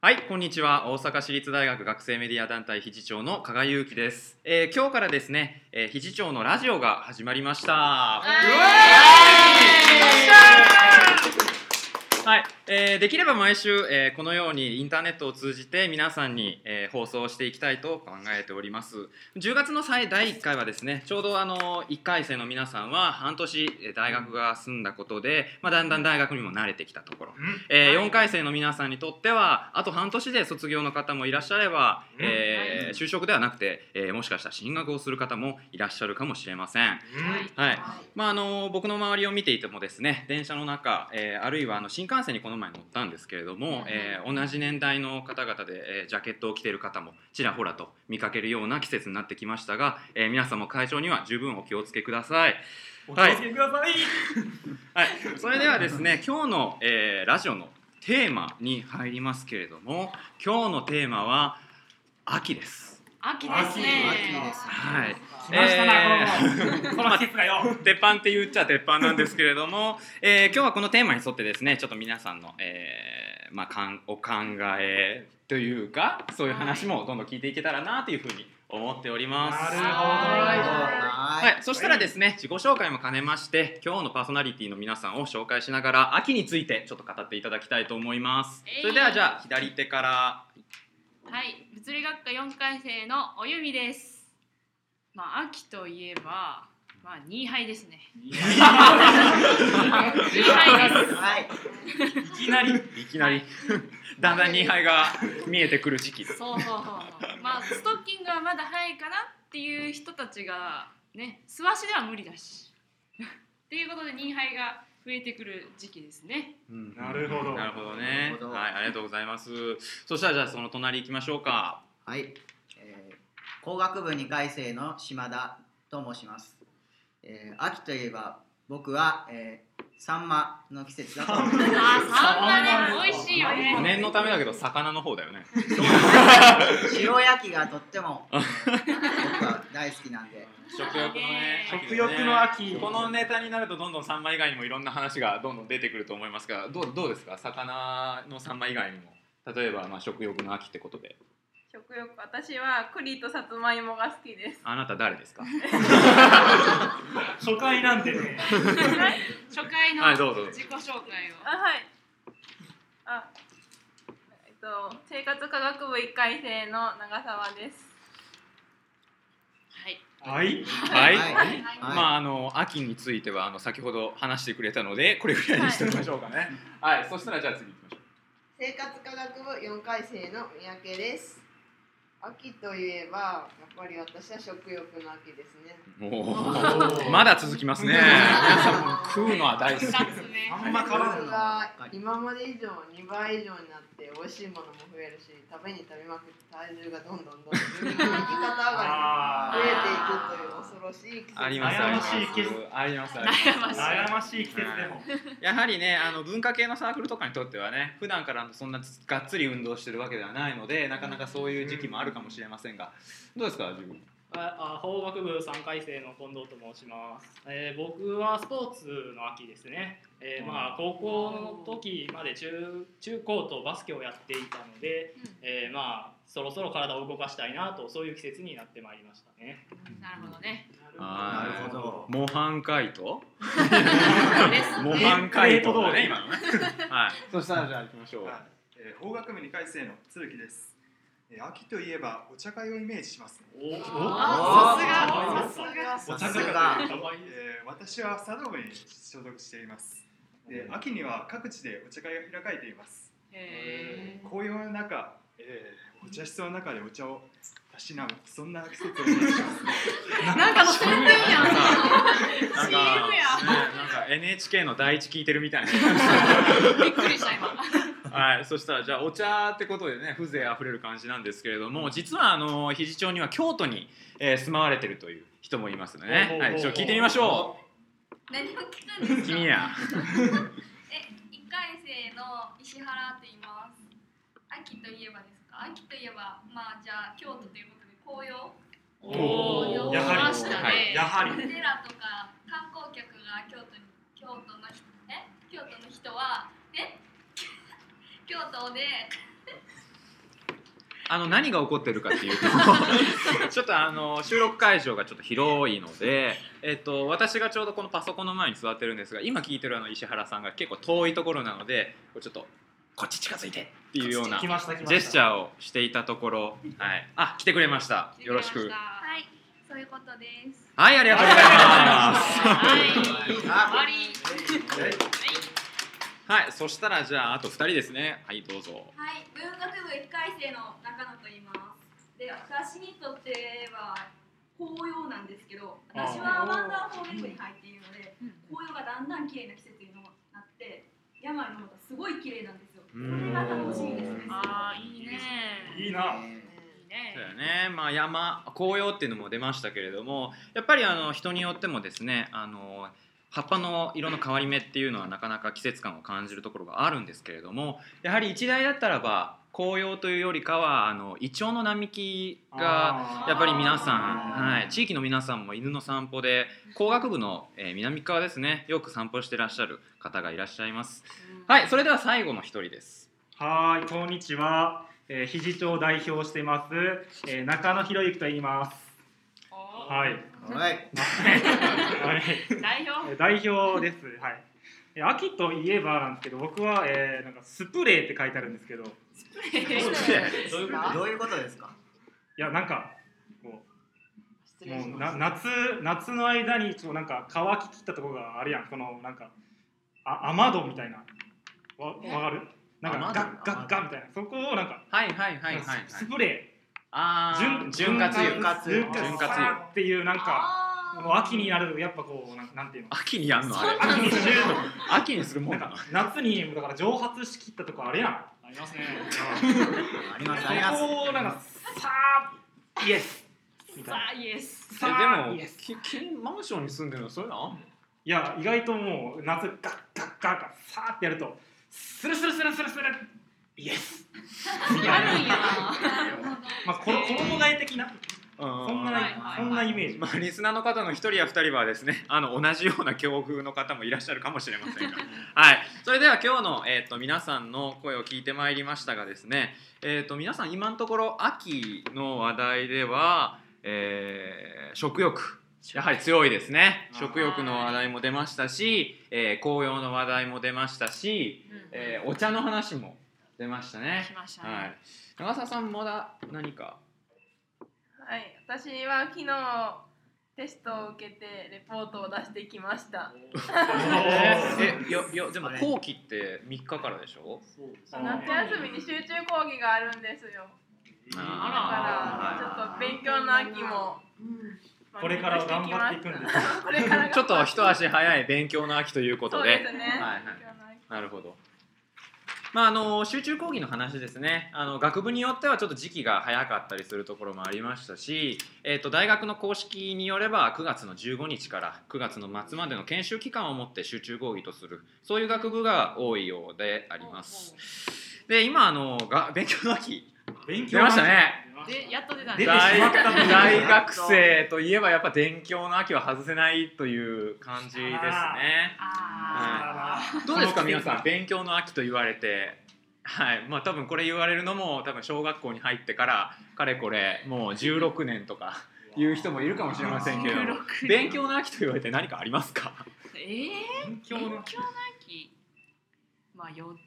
はい、こんにちは。大阪市立大学学生メディア団体肘長の加賀裕樹です。えー今日からですね、えー、肘長のラジオが始まりました。はい、えーできれば毎週、えーこのようにインターネットを通じて皆さんに、えー放送していきたいと考えております10月の最第1回はですねちょうどあの1回生の皆さんは半年えー大学が済んだことで、まあ、だんだん大学にも慣れてきたところ、え4回生の皆さんにとってはあと半年で卒業の方もいらっしゃれば、うんえー就職ではなくて、えーもしかしたら進学をする方もいらっしゃるかもしれませんはいまああの僕の周りを見ていてもですね電車の中、えーあるいはあの新幹線にこの前乗ったんですけれども、えー同じ年代の方々で、えージャケットを着ている方もちらほらと見かけるような季節になってきましたが、えー皆さんも会場には十分お気をつけください。お気をつけください。はい、それではですね今日の、えーラジオのテーマに入りますけれども今日のテーマは秋です。秋ですね。秋ですねはい来ましたな、えー このこの季節がよ。鉄板って言っちゃ鉄板なんですけれども、えー今日はこのテーマに沿ってですねちょっと皆さんの、えーまあ、かんお考えというかそういう話もどんどん聞いていけたらなというふうに思っております。なるは、ほどはいそしたらですね自己紹介も兼ねまして今日のパーソナリティの皆さんを紹介しながら秋についてちょっと語っていただきたいと思います。それではじゃあ左手からはい、物理学科四回生のおゆみです。まあ秋といえば、まあ二杯ですね。 二杯です。はい。いきなり。はいいきな りだんだん2杯が見えてくる時期です。そうそうそうそう。まあストッキングはまだ早いかなっていう人たちがね、素足では無理だし。 っていうことで二杯が増えてくる時期ですね。なるほどなるほどねなるほどはいありがとうございますそしたらじゃあその隣行きましょうかはい。えー工学部2回生の島田と申します。えー秋といえば僕は、えーサンマの季節だ と思います。あー、サンマね、美味しいよね。念のためだけど魚の方だよね白焼きがとっても、えー僕は大好きなんで。食欲のね食欲の秋このネタになるとどんどんサンマ以外にもいろんな話がどんどん出てくると思いますがどうどうですか魚のサンマ以外にも例えばまあ食欲の秋ってことで食欲私は栗とさつまいもが好きですあなた誰ですか初回なんでね。初回はいのどうぞ自己紹介を。あはいあえっと生活科学部1回生の長澤ですはい。はい。はい、はいまああの秋についてはあの先ほど話してくれたのでこれぐらいにしておきましょうかねはい、そしたらじゃあ次行きましょう生活科学部4回生の三宅です秋といえばやっぱり私は食欲の秋ですねもうまだ続きますね。皆さんも食うのは大好き。二つ目。あんま変わらそずれが今まで以上2倍以上になって美味しいものも増えるし食べに食べまくって体重がどんどんどんどん右肩上がりに増えていくという恐ろしい季節ありますあります。ありますあります。悩ましい季節でも。やはりねあの文化系のサークルとかにとってはね普段からそんながっつり運動してるわけではないのでなかなかそういう時期もあるかもしれませんがどうですか自分ああ法学部3回生の近藤と申します、えー僕はスポーツの秋ですね、えーまあ、高校の時まで中中高とバスケをやっていたので、うんえーまあ、そろそろ体を動かしたいなとそういう季節になってまいりましたね。なるほどね。あーなるほど。模範解答です模ね。範解答だえねー今のねはいそしたらじゃあ行きましょうはいえー法学部2回生の鶴木です、えー秋といえばお茶会をイメージします、ねおあさおすが。さすが。おさ茶す会がかわいい。えー私は茶道部に所属していますで秋には各地でお茶会が開かれていますへ紅葉の中、えーお茶室の中でお茶をたしなむそんな季節をイメージします、ね、ーなんかの宣伝やん。なんか、ね、 CM なんか NHK の第一聞いてるみたいなびっくりした今。はい、そしたらじゃあお茶ってことでね風情あふれる感じなんですけれども実はあの肘町には京都に、えー住まわれてるという人もいますのでねおうおうおうはい、ちょっと聞いてみましょ何を聞くんでう君やえ1回生の石原と言います秋といえばですか秋といえばまあじゃあ京都ということで紅葉おーおやは来まりしたね。やはり。お寺とか観光客が京都に京都の 人え京都の人はえ京都であの何が起こってるかっていうと ちょっとあの収録会場がちょっと広いので、えっと、私がちょうどこのパソコンの前に座ってるんですが今聞いてるあの石原さんが結構遠いところなのでこうちょっとこっち近づいてっていうような来ました来ましたジェスチャーをしていたところ、はい、あ来てくれましたよろしくははい、そういうことです。はいありがとうございますい。終わあり。はいそしたらじゃああと2人ですねはいどうぞはい、文学部1回生の中野と言います。で、私にとっては紅葉なんですけど、私はワンダーフォーレングに入っているので、紅葉がだんだん綺麗な季節になって、山の方がすごい綺麗なんですよ。これが楽しいですね。ああ、いいね。いいあな。いいねそうだよね、まあ、山紅葉っていうのも出ましたけれどもやっぱりあの人によってもですねあの葉っぱの色の変わり目っていうのはなかなか季節感を感じるところがあるんですけれどもやはり一台だったらば紅葉というよりかはあのイチョウの並木があーやっぱり皆さん、あーはい、地域の皆さんも犬の散歩で工学部の、えー南側ですねよく散歩してらっしゃる方がいらっしゃいます。はいそれでは最後の一人です。はーい、こんにちは。えー、肘町を代表してます、えー、中野博之と言います。はい、はいはい、代表。えー代表です。はい。えー秋といえばなんですけど、僕は、えー、なんかスプレーって書いてあるんですけど、どういいうこどういうことですかやなんかこ失う礼しもうなます。夏夏の間にこうなんか乾ききったところがあるやん。このなんかあ雨戸みたいなわわかる？なんか雨戸ガッガッガッみたいなそこをなんか、はいはいはいはい、はいススプレあーー潤滑油潤滑油潤滑油潤滑油っていうなんか。もう秋になるとやっぱこうなんなんていうの秋にやんのあれ秋にする秋にするもなんんなのか夏にだから蒸発しきったとこあるやんありますね。ありますありますそこをなんかさあイエスみたいさなあ、イエス。さあえでイエもスききマンションに住んでるのそういうのいや意外ともう夏ガッガッガッガッさあってやるとスルスルスルスルスルイエスあるんやまあこれ衣替え的なそんな、はいはいそんなイメージまあ、リスナーの方の一人や二人はですねあ の同じような境遇の方もいらっしゃるかもしれま せんが、はい、それでは今日の、えー、と皆さんの声を聞いてまいりましたがですね、えー、と皆さん今のところ秋の話題では、えー食欲やはり強いですねあー食欲の話題も出ましたし、えー紅葉の話題も出ましたし、えーお茶の話も出ましたね来。ましたはね。い、長澤さんまだ何かはい、私は昨日テストを受けてレポートを出してきました。えいやいやでもそれ後期って3日からでしょあー夏休みに集中講義があるんですよ。だあかららちょっと勉強の秋も、まあこれから頑張っていくんですこれからちょっと一足早い勉強の秋ということそうでですね。はいはい勉強の秋なるほどまああの集中講義の話ですねあの学部によってはちょっと時期が早かったりするところもありましたし、えっと大学の公式によれば9月の15日から9月の末までの研修期間をもって集中講義とするそういう学部が多いようであります。で今あのが勉強の秋勉強出ましたね。で、やっと出た出ね。てし大まったという大学生といえばやっぱ勉強の秋は外せないという感じですね。ああーどうですかこの季皆節さん勉強の秋と言われて。はいまあ、多分これ言われるのも多分小学校に入ってからかれこれもう16年とかいう人もいるかもしれませんけれども16勉強の秋と言われて何かありますかーええ。勉強勉強のの秋まあよう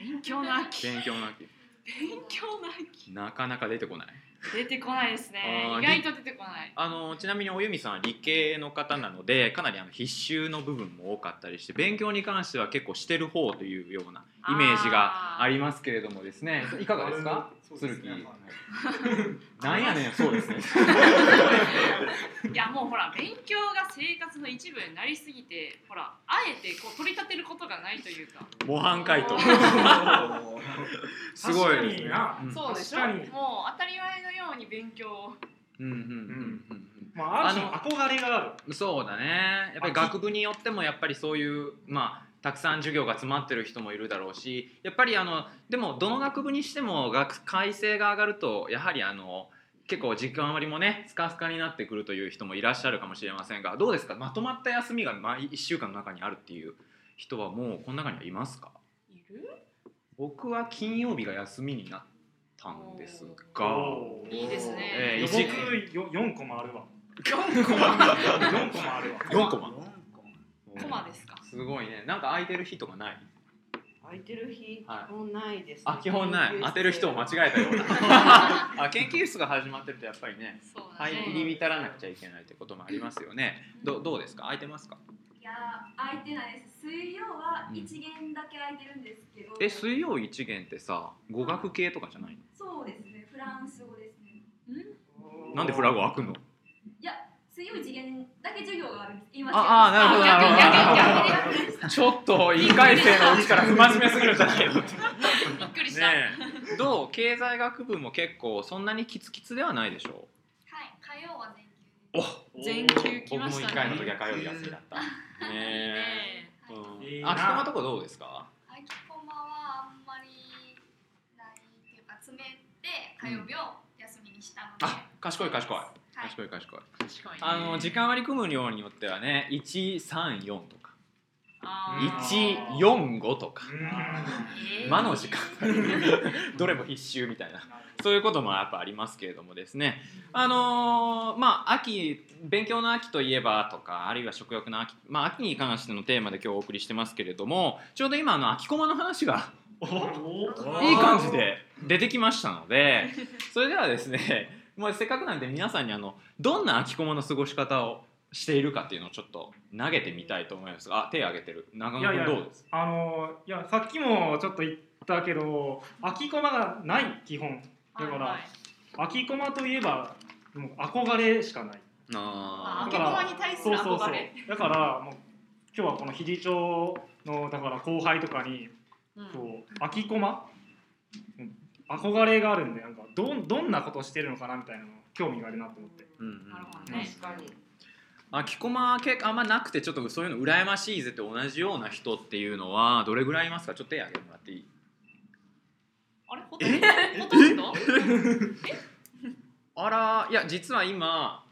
ーん勉強の秋勉強の秋勉強の秋なかなか出てこない出てこないですねあー意外と出てこないあのちなみにおゆみさんは理系の方なのでかなりあの必修の部分も多かったりして勉強に関しては結構してる方というようなイメージがありますけれどもですねいかがですかそうです鶴木、ねはいなんやねんそうですねいやもうほら勉強が生活の一部になりすぎてほらあえてこう取り立てることがないというか模範解答すごいですね確かになうんそうでしょ確かにもう当たり前のように勉強をうんうんうんうんまあ、ある種の憧れがあるうんそうだねやっぱり学部によってもやっぱりそういうまあたくさん授業が詰まってる人もいるだろうしやっぱりあのでもどの学部にしても学改正が上がるとやはりあの結構時間割もねスカスカになってくるという人もいらっしゃるかもしれませんがどうですかまとまった休みが毎1週間の中にあるっていう人はもうこの中にはいますかいる僕は金曜日が休みになったんですが、おーいいですねえー、僕一よ4個もあるわ4コマ4個もあるわ4コマ四ココマですか。すごいねなんか空いてる日とかない空いてる日、はい基本ないです、ね。あ基本ない当てる人を間違えたような あ研究室が始まってるとやっぱりねそうだ入ね。り浸らなくちゃいけないってこともありますよねどどうですか空いてますかいやー空いてないです水曜は一限だけ空いてるんですけど、え水曜一限ってさ語学系とかじゃないそうですねフランス語ですねのなんでフラグ開くの水曜一限だけ授業があるんです今ああなるほどなるほどあ逆に逆に逆にちょっと1回生のうちから不真面目すぎるんじゃないのねびっくりした。え どう経済学部も結構そんなにキツキツではないでしょはい火曜は全休うお全球来僕もまし1た回のね。時は火曜日休みだったねえねうんいいなあきこまとこどうですか空きコマはあんまりないっていうか詰めて火曜日を休みにしたので、あ賢い賢いはい賢い賢い確かに。あの時間割り組む量によってはね134とかあー。 145とかえー魔の時 間どれも必修みたいなそういうこともやっぱありますけれどもですねあのーまあ秋勉強の秋といえばとかあるいは食欲の秋、まあ、秋に関してのテーマで今日お送りしてますけれどもちょうど今あの秋駒の話がおいい感じで出てきましたのでそれではですねもうせっかくなんで皆さんにあのどんな秋駒の過ごし方をしているかっていうのをちょっと投げてみたいと思いますがあ手挙げてる長野い君やいどやうですあのーいやさっきもちょっと言ったけど空きコマがない基本だかはいら空きコマといえばもう憧れしかないあああーけだこからまに対すそうるそうそ憧うれ。だからもう今日はこの肘町のだから後輩とかにうんこう空きコマうん憧れがあるんでなんかどんどんなことしてるのかなみたいなの興味があるなと思ってうんうんなるほどね。確かに。あきこま結構あんまなくてちょっとそういうの羨ましいぜって同じような人っていうのはどれぐらいいますかちょっと手挙げてもらっていいあれほとんどほとんどあらいや実は今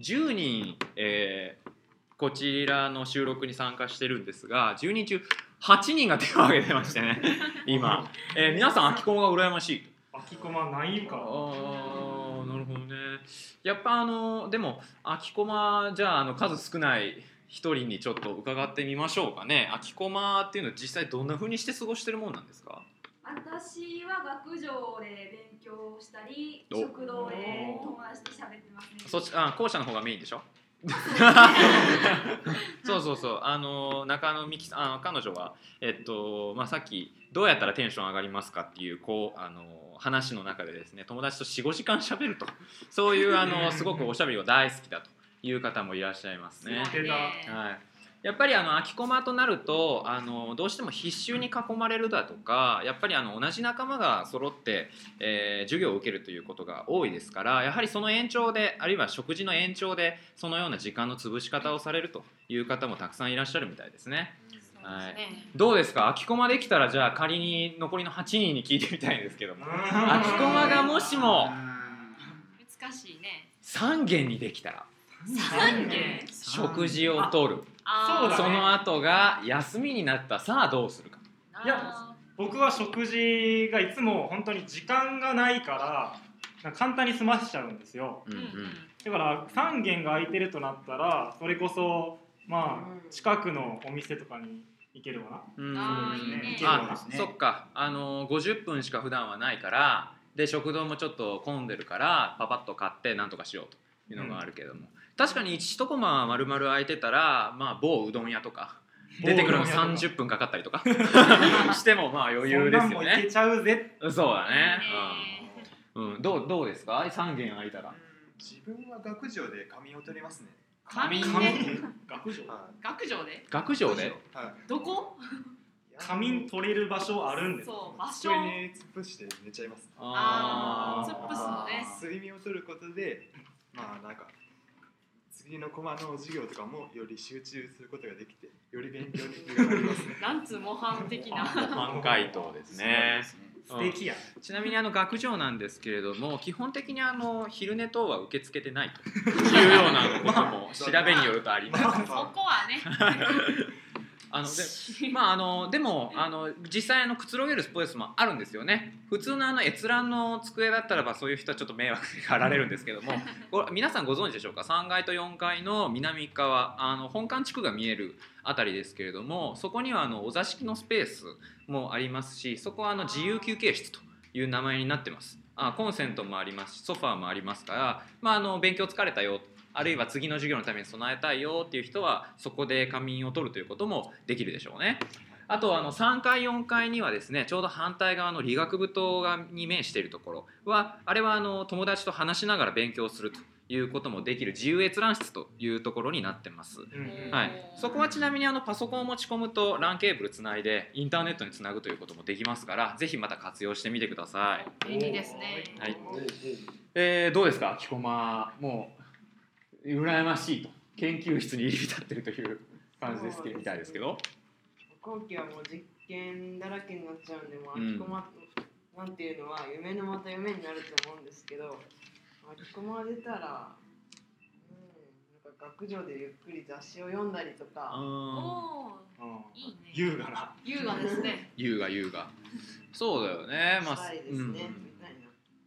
10人、えーこちらの収録に参加してるんですが10人中8人が手を挙げてまして ね今、えー皆さんあきこまが羨ましい空きコマないあかーなるほどねやっぱあのでも空き駒じゃああの数少ない一人にちょっと伺ってみましょうかね空き駒っていうのは実際どんな風にして過ごしてるもんなんですか私は学上で勉強したりお食堂で友達と喋ってますねそっちあ校舎の方がメインでしょ そうそうそうあの中野美紀さんあの彼女は、えっとまあ、さっきどうやったらテンション上がりますかっていうこうあの話の中でですね友達と45時間しゃべるとそういうあのすごくおしゃべりが大好きだという方もいらっしゃいますね。すごいはい、やっぱりあの空き駒となるとあのどうしても必修に囲まれるだとかやっぱりあの同じ仲間が揃って、えー授業を受けるということが多いですからやはりその延長であるいは食事の延長でそのような時間の潰し方をされるという方もたくさんいらっしゃるみたいですね。はい、どうですか空き駒できたらじゃあ仮に残りの8人に聞いてみたいんですけども空き駒がもしも難しいね。 3軒にできたら三軒。食事をとるあそうーだねその後が休みになったさあどうするか。ないや 僕は食事がいつも本当に時間がないからなんか簡単に済ませちゃうんですようんううんうんんだから3軒が空いてるとなったらそれこそまうんあ近くのお店とかに行けるわなうんあーいいねあそうですねそっかあのー50分しか普段はないからで食堂もちょっと混んでるからパパッと買ってなんとかしようというのがあるけども、確かに1コマ丸々空いてたら、まあ、某うどん屋とか 出てくるの30分かかったりとかしてもまあ余裕ですよそんなんもいけねちゃうぜそうだねいいねうん、うん、どうどうですか3軒空いたら自分は学上で仮眠を取りますね。紙ね紙学上は学上で学上でい。はい。どこ仮眠取れる場所あるんですそう場所机に突っ伏して寝ちゃいます。あー突っ伏すのあね睡眠を取ることで、まあなんか次のコマの授業とかもより集中することができて、より勉強に気がなりま すね。なんつう模範的な ー模範解答ですね素敵やちなみにあの学上なんですけれども基本的にあの昼寝等は受け付けてない というようなことも調べによるとあります。そこはねあのでまああのでもあの実際あのくつろげるスポーツもあるんですよね普通のあの閲覧の机だったらばそういう人はちょっと迷惑がられるんですけどもこれ皆さんご存知でしょうか3階と4階の南側あの本館地区が見えるあたりですけれどもそこにはあのお座敷のスペースもありますしそこはあの自由休憩室という名前になってますあコンセントもありますしソファーもありますから、まあ、あの勉強疲れたよあるいは次の授業のために備えたいよっていう人はそこで仮眠を取るということもできるでしょうね。あとあの3階4階にはですねちょうど反対側の理学部棟がに面しているところはあれはあの友達と話しながら勉強するということもできる自由閲覧室というところになってます。うんはい、そこはちなみにあのパソコンを持ち込むと LAN ケーブルつないでインターネットにつなぐということもできますからぜひまた活用してみてください。便利ですね。はいえー、どうですか、こまもう羨ましいと研究室に入り浸ってるという感じですけどみたいですけど、後期はもう実験だらけになっちゃうんで、もううん秋駒、なんていうのは夢のまた夢になると思うんですけど、秋駒出たら、うん、なんか学女でゆっくり雑誌を読んだりとうか、おん、おうんー、いいね。優雅な優雅ですね。優雅優雅。そうだよね、まあ、したいですね、うんみたい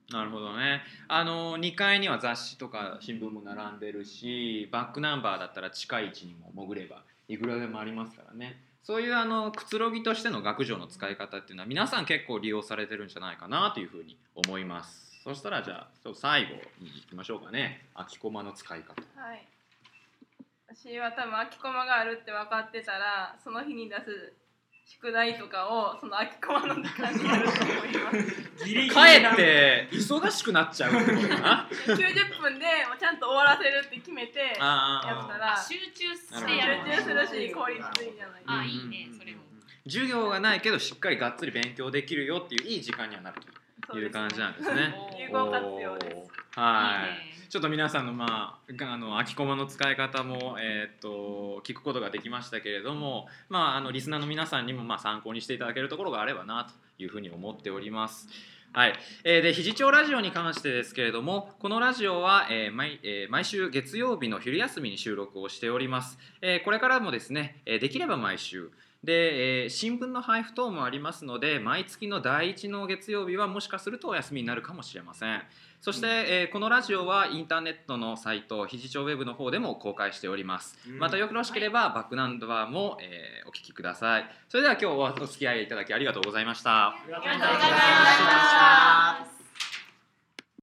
な。なるほどねあの2階には雑誌とか新聞も並んでるしバックナンバーだったら近い位置にも潜ればいくらでもありますからねそういうあのくつろぎとしての学女の使い方っていうのは皆さん結構利用されてるんじゃないかなというふうに思いますそしたらじゃあちょっと最後に行きましょうかね空き駒の使い方はい私は多分空きコマがあるって分かってたらその日に出す宿題とかをその空きコマの時間にやると思いますギリギリかえって忙しくなっちゃうってことか な90分でもうちゃんと終わらせるって決めてやったあら集中ーしてやる。集中するし効率いいじゃないですーかあいいねそれも授業がないけどしっかりがっつり勉強できるよっていういい時間にはなるとそいううです感じなんねですね。有効活用ですおーはいいねちょっと皆さんのまあがあの空き駒の使い方もえーっと聞くことができましたけれども、まああのリスナーの皆さんにもまあ参考にしていただけるところがあればなというふうに思っております。はい、えーで肘町ラジオに関してですけれどもこのラジオは、えー毎えー毎週月曜日の昼休みに収録をしております、えーこれからもですね、えーできれば毎週で、えー新聞の配布等もありますので毎月の第1の月曜日はもしかするとお休みになるかもしれませんそして、えーこのラジオはインターネットのサイト肘町ウェブの方でも公開しております、うんまたよろしければバックナンバーも、えーお聞きくださいそれでは今日はお付き合いいただきありがとうございましたありがとうございありまがすとうございありがとうございま。ます